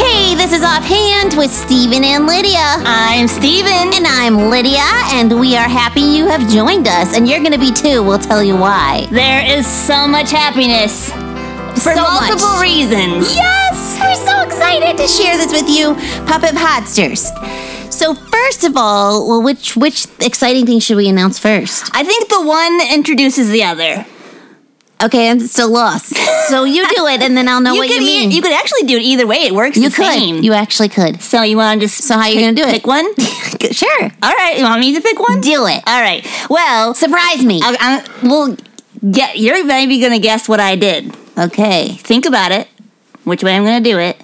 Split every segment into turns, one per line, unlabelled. Dances Offhand with Steven and Lydia. I'm Steven. And I'm Lydia, and we are happy you have joined us. And you're going to be too. We'll tell you why.
There is so much happiness for
So
multiple
much.
reasons.
Yes! We're so excited to share this with you, Puppet Podsters. So, first of all, well, which which exciting thing should we announce first?
I think the one introduces the other.
Okay, I'm still lost. So you do it, and then I'll know what
could
you mean.
E- you could actually do it either way. It works
You
the
could.
same.
You actually could.
so you want to just
So how you
pick-
gonna do it?
Pick one.
sure.
All right. You want me to pick one?
Do it.
All right. Well,
Surprise me.
I, I, well, get, you're maybe gonna guess what I did.
Okay.
Think about it. Which way I'm gonna do it?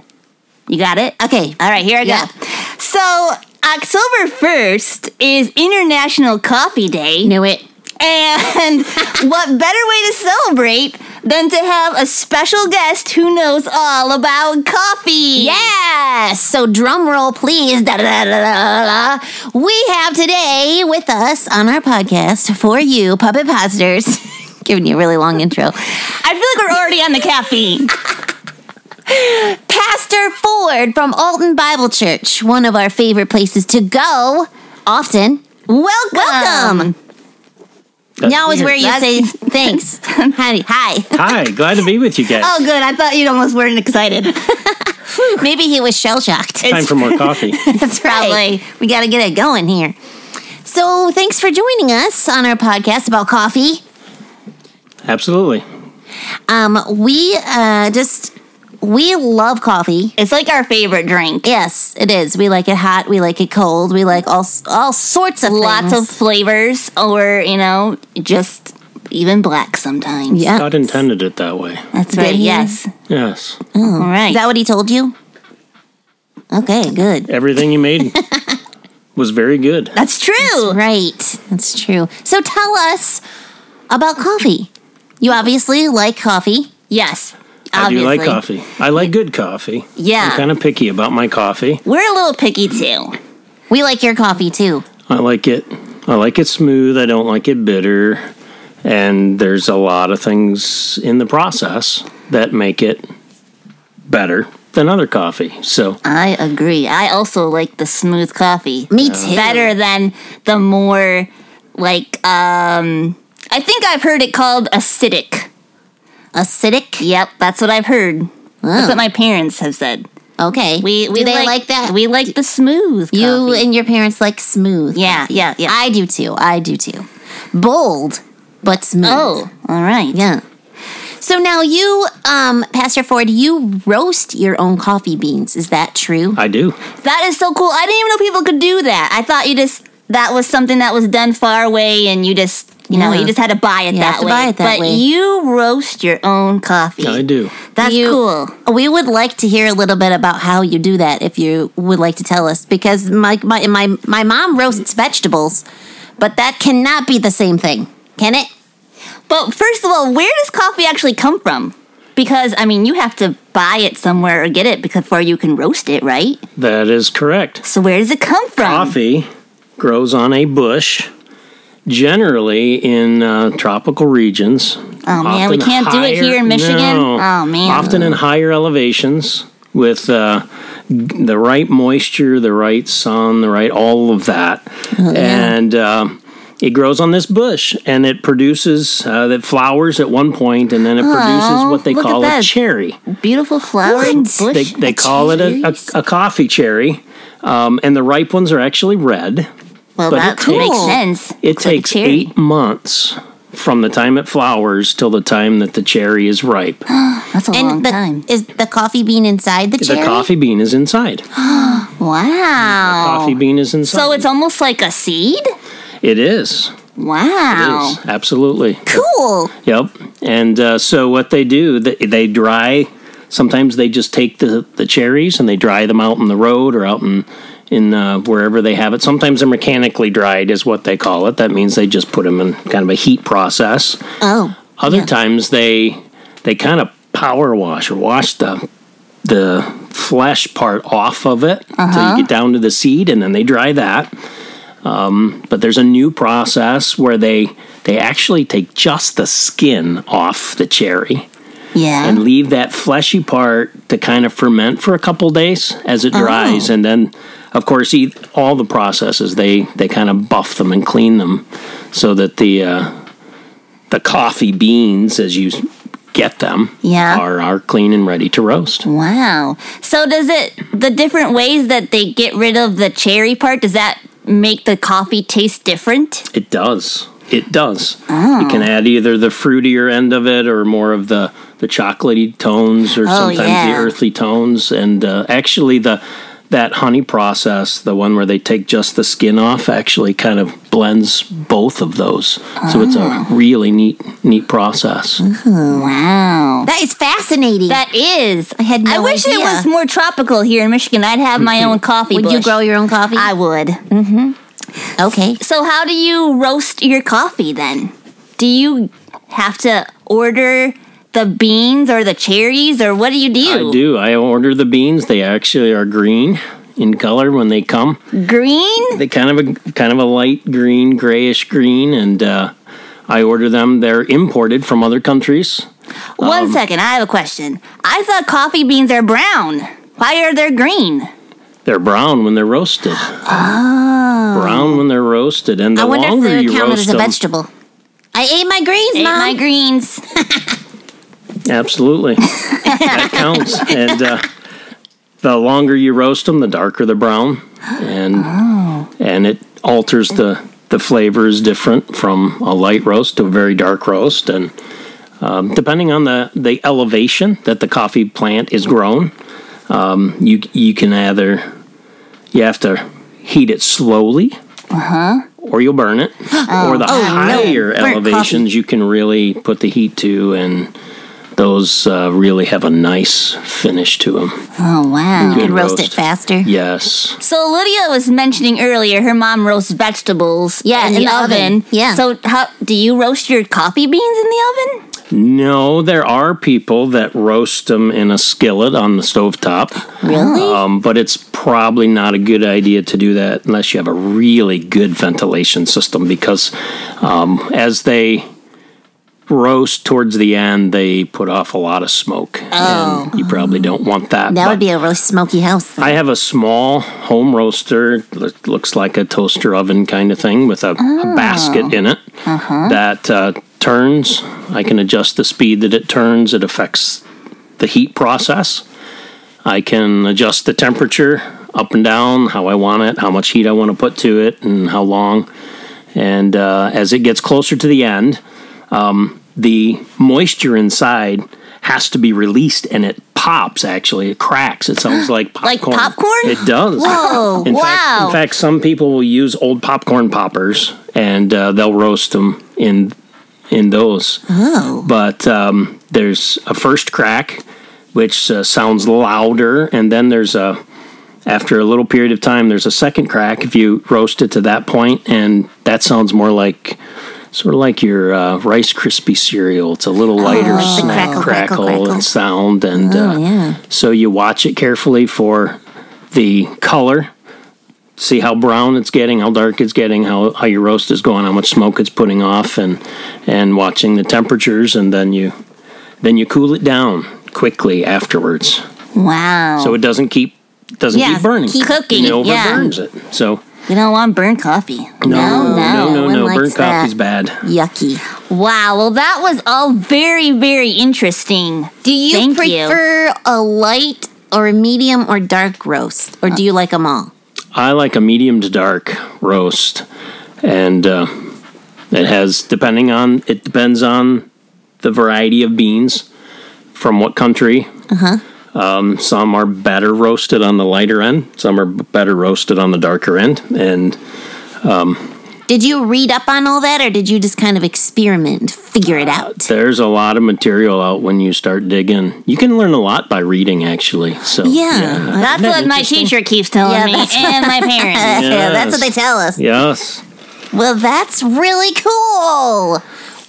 You got it?
Okay.
All right, here I
Yeah.
go. So, October 1st is International Coffee Day.
Knew it.
And what better way to celebrate than to have a special guest who knows all about coffee?
Yes. So drum roll, please. Da, da, da, da, da, da. We have today with us on our podcast for you, puppet posters. Giving you a really long intro.
I feel like we're already on the caffeine.
Pastor Ford from Alton Bible Church, one of our favorite places to go often.
Welcome.
Welcome.
That's
now is where
weird.
you
That's-
say thanks. Honey, hi.
Hi, glad to be with you guys.
Oh, good. I thought you almost weren't excited.
Maybe he was shell shocked.
Time for more coffee.
That's probably. We got to get it going here. So, thanks for joining us on our podcast about coffee.
Absolutely.
Um, we uh, just we love coffee.
It's like our favorite drink.
Yes, it is. We like it hot. We like it cold. We like all all sorts of
Lots
things.
of flavors, or, you know, just even black sometimes.
yeah.
God intended it that way.
That's
Did
right.
he?
Yes.
Yes.
All right.
Is that what he told you? Okay, good.
Everything you made was very good.
That's true.
Right, that's true. So tell us about coffee. You obviously like coffee.
Yes.
I do
Obviously.
like coffee. I like good coffee.
Yeah.
I'm kind of picky about my coffee.
We're a little picky too.
We like your coffee too.
I like it. I like it smooth. I don't like it bitter. And there's a lot of things in the process that make it better than other coffee. So
I agree. I also like the smooth coffee.
Me too.
Better than the more like um I think I've heard it called acidic.
Acidic.
Yep, that's what I've heard. That's what my parents have said.
Oh, Okay.
We we
Do they like, that.
We like the smooth.
you
coffee.
and your parents like smooth.
yeah yeah yeah.
I do too. I do too. Bold, but smooth.
oh, all right.
yeah. So now you, um, Pastor Ford, you roast your own coffee beans. Is that true?
I do.
That is so cool. I didn't even know people could do that. I thought you just that was something that was done far away, and you just you know
Yeah.
you just had to buy it
You
that
have to
way.
buy it that
but
way.
you roast your own coffee.
I do.
That's
You-
cool.
We would like to hear a little bit about how you do that, if you would like to tell us, because my my my, my mom roasts vegetables, but that cannot be the same thing, can it?
But first of all, where does coffee actually come from? Because I mean, you have to buy it somewhere or get it because before you can roast it, right?
That is correct.
So where does it come from?
coffee grows on a bush, generally in uh, tropical regions.
Oh, man, we
Often
can't do it here in Michigan? Oh, man.
Often in higher elevations with uh, g- the right moisture, the right sun, the right all of that,
Oh,
and. Uh, it grows on this bush and it produces uh, that flowers at one point and then it produces what they
Oh, look at
call a
that.
cherry
Beautiful flower and bush.
they, they call it a, a, a coffee cherry, um, and the ripe ones are actually red.
well,
but
that
it takes-
makes sense.
It
It's like a
takes
cherry.
eight months from the time it flowers till the time that the cherry is ripe.
That's a long
the,
time.
is the coffee bean inside the, cherry?
The coffee bean is inside.
Wow.
Coffee bean is inside.
Oh. So it's almost like a seed?
it is. It
Wow.
is, absolutely.
Cool.
Yep. And uh, so what they do, they, they dry. Sometimes they just take the, the cherries and they dry them out in the road or out in in uh, wherever they have it. Sometimes they're mechanically dried, is what they call it. That means they just put them in kind of a heat process.
Oh,
Other times they they kind of power wash or wash the the flesh part off of it until you get down to the seed, and then they dry that. Um, but there's a new process where they they actually take just the skin off the cherry
Yeah.
and leave that fleshy part to kind of ferment for a couple days as it dries, and then of course eat all the processes. They they kind of buff them and clean them so that the uh, the coffee beans, as you get them,
Yeah.
are are clean and ready to roast.
Wow. So does it the different ways that they get rid of the cherry part? Does that make the coffee taste different?
It does. It does. You can add either the fruitier end of it or more of the the chocolatey tones or sometimes
yeah.
the earthly tones and uh, actually the that honey process, the one where they take just the skin off, actually kind of blends both of those. So it's a really neat neat process.
Wow.
That is fascinating.
That is.
I had no
I wish it
idea.
was more tropical here in Michigan. I'd have my own coffee.
Would you
bush.
grow your own coffee?
I would.
okay.
So how do you roast your coffee then? Do you have to order the beans or the cherries or what do you do?
I do. I order the beans. They actually are green in color when they come.
Green?
they kind of a kind of a light green, grayish green, and uh, I order them. They're imported from other countries.
One second, I have a question. I thought coffee beans are brown. Why are they green?
They're brown when they're roasted. Brown when they're roasted, and the
Oh. I wonder if
longer
they would
you
count it
roast
as a
them,
vegetable. I ate my greens,
Ate
Mom.
my greens.
absolutely, that counts. And uh, the longer you roast them, the darker the brown, and and it alters the the flavor is different from a light roast to a very dark roast, and um, depending on the the elevation that the coffee plant is grown, um, you you can either you have to heat it slowly, or you'll burn it, or the higher elevations you can really put the heat to, and those uh, really have a nice finish to them.
Oh wow.
You could roast, it
roast.
faster.
Yes.
So Lydia was mentioning earlier her mom roasts vegetables
Yeah,
in, the oven.
Yeah.
So how do you roast your coffee beans in the oven?
No, there are people that roast them in a skillet on the stovetop.
Really?
Um, but it's probably not a good idea to do that unless you have a really good ventilation system because um, as they roast towards the end, they put off a lot of smoke. Oh. And you probably don't want that.
that
but-
would be a really smoky house.
I have a small home roaster, lo- looks like a toaster oven kind of thing with a, a basket in it that uh, turns. I can adjust the speed that it turns, it affects the heat process. I can adjust the temperature up and down, how I want it, how much heat I want to put to it, and how long. And uh, as it gets closer to the end, um, the moisture inside has to be released and it pops actually it cracks it sounds like
Like
popcorn
popcorn?
it does
Whoa,
in fact,
wow.
in fact some people will use old popcorn poppers and uh, they'll roast them in in those oh but um, there's a first crack which uh, sounds louder and then there's a after a little period of time there's a second crack if you roast it to that point and that sounds more like sort of like your uh, rice crispy cereal it's a little lighter
Oh, the
snack
crackle,
crackle,
crackle, crackle. Oh,
and sound and uh,
yeah.
so you watch it carefully for the color see how brown it's getting how dark it's getting how, how your roast is going how much smoke it's putting off and and watching the temperatures and then you then you cool it down quickly afterwards
Wow.
so it doesn't keep doesn't
Yeah,
keep burning.
keep cooking,
It over
yeah.
burns it. So
you don't want burnt coffee.
no,
no,
no, no,
one
no.
likes
Burnt
that.
coffee's bad.
Yucky.
Wow, well that was all very, very interesting.
Do you
Thank
prefer a light or a medium or dark roast, or do you like them all?
I like a medium to dark roast, and uh, it has depending on it depends on the variety of beans from what country. Um, some are better roasted on the lighter end. Some are b- better roasted on the darker end, and
Did you read up on all that, or did you just kind of experiment, figure it out?
there's a lot of material out when you start digging. You can learn a lot by reading, actually. So
Yeah,
That's what my teacher keeps telling
Yeah,
me
that's-
and my parents.
Yeah, that's what
Yes.
they tell us.
Yes.
Well, that's really cool.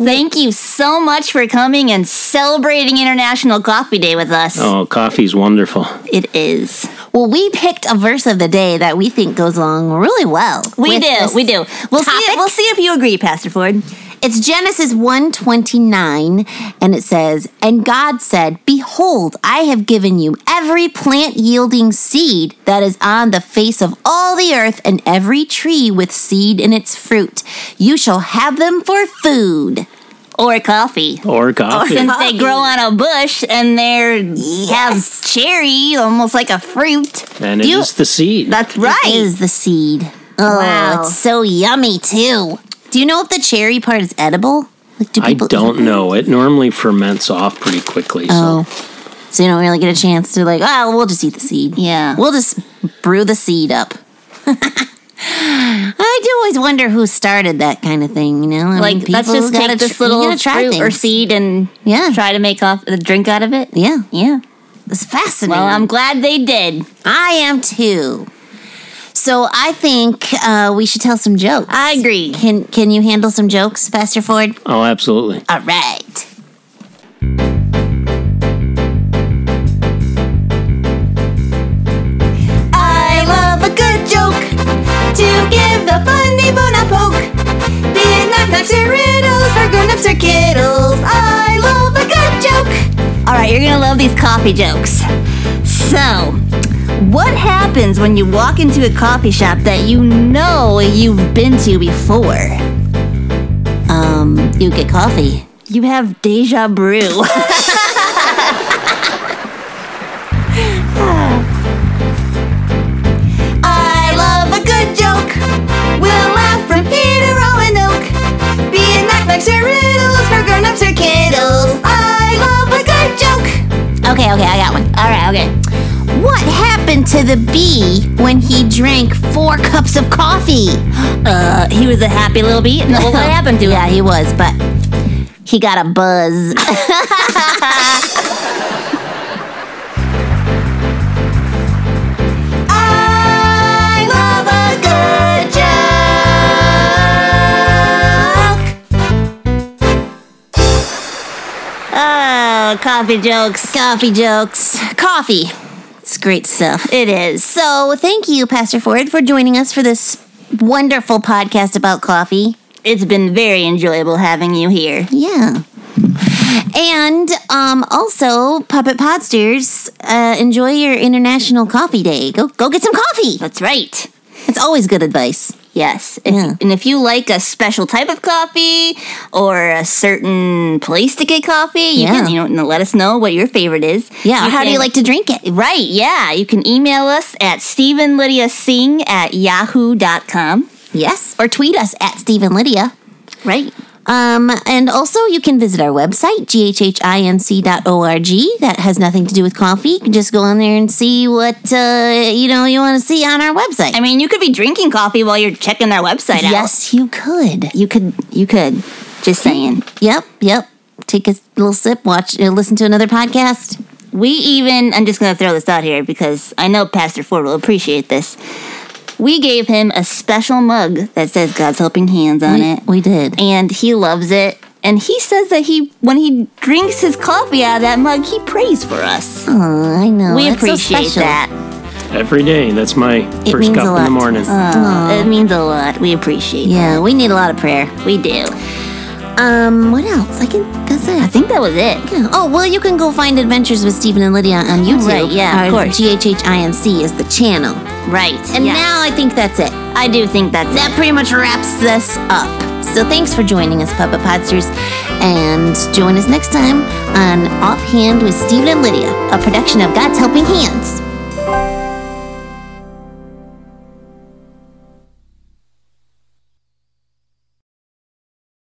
Thank you so much for coming and celebrating International Coffee Day with us.
Oh, coffee's wonderful.
It is.
Well, we picked a verse of the day that we think goes along really well.
We
with
do.
this.
We do. We'll see.
topic?
We'll see if you agree, Pastor Ford.
It's Genesis 129 and it says, "And God said, behold, I have given you every plant yielding seed that is on the face of all the earth and every tree with seed in its fruit. You shall have them for food."
or coffee.
or coffee.
Oh,
Since they grow on a bush and they have cherry, almost like a fruit.
and it is
you-
the seed.
That's
It
right.
is the seed. Oh,
Wow.
it's so yummy too. Do you know if the cherry part is edible? Like, do
I don't know. It normally ferments off pretty quickly.
Oh, so you don't really get a chance to like. Oh, we'll just eat the seed.
Yeah.
we'll just brew the seed up. I do always wonder who started that kind of thing. You know, I mean,
Like let's
people
just
gotta
take
tr-
this
you
little
gotta try
fruit or
things.
seed and
Yeah.
try to make off the drink out of it.
Yeah,
Yeah.
it's fascinating.
Well, I'm glad they did.
I am too. So I think uh, we should tell some jokes.
I agree.
Can Can you handle some jokes, Pastor Ford?
So. Oh, absolutely.
All right.
I love a good joke to give the funny bone a poke. Beer knocks or riddles for grown-ups or kiddles. I love a good joke.
All right, you're gonna love these coffee jokes. So, what happens when you walk into a coffee shop that you know you've been to before?
Um, you get coffee.
You have deja brew.
I love a good joke. We'll laugh from here to Roanoke. Beer knocks or riddles for grown-ups or kiddles. I love a good joke.
Okay, okay, I got one. All right, okay. What happened to the bee when he drank four cups of coffee?
uh, he was a happy little bee. No, what happened to him?
Yeah, he was, but he got a buzz.
I love a good joke.
Oh, coffee jokes.
coffee jokes. Coffee. It's great stuff.
It is.
So, thank you, Pastor Ford, for joining us for this wonderful podcast about coffee.
It's been very enjoyable having you here.
Yeah. And um, also, Puppet Podsters, uh, enjoy your International Coffee Day. Go, go get some coffee.
That's right.
It's always good advice.
Yes. If-
Yeah.
And if you like a special type of coffee or a certain place to get coffee, you
Yeah.
can you know let us know what your favorite is.
Yeah. how do you
can-
like to drink it?
Right, yeah. You can email us at StephenLydiaSing at yahoo.com.
Yes. Or tweet us at Stephen Lydia.
Right.
Um, and also, you can visit our website, ghhinc.org. That has nothing to do with coffee. You can just go on there and see what, uh, you know, you want to see on our website.
I mean, you could be drinking coffee while you're checking their website out.
yes, you could.
You could, you could. Just saying.
Yep, yep. Take a little sip, watch, uh, listen to another podcast.
We even, I'm just going to throw this out here because I know Pastor Ford will appreciate this. We gave him a special mug that says God's Helping Hands on
We,
it,
we did.
and he loves it. And he says that he, when he drinks his coffee out of that mug, he prays for us.
Aw, I know.
we
Oh, That's so
appreciate
special.
that.
Every day. That's my
It
first
means
cup
a
in
lot Uh-huh.
the
to
morning.
Aw, it means a lot. We appreciate it.
Yeah, we need a lot of prayer.
We do.
Um, what else? I can. That's it.
I think that was it.
Yeah. Oh, well, you can go find Adventures with Stephen and Lydia on YouTube.
right, yeah, of
Our
course.
GHHINC is the channel.
Right.
And
yeah.
now I think that's it.
I do think that's
That pretty much wraps this up. So thanks for joining us, Puppet Podsters. And join us next time on Offhand with Stephen and Lydia, a production of God's Helping Hands.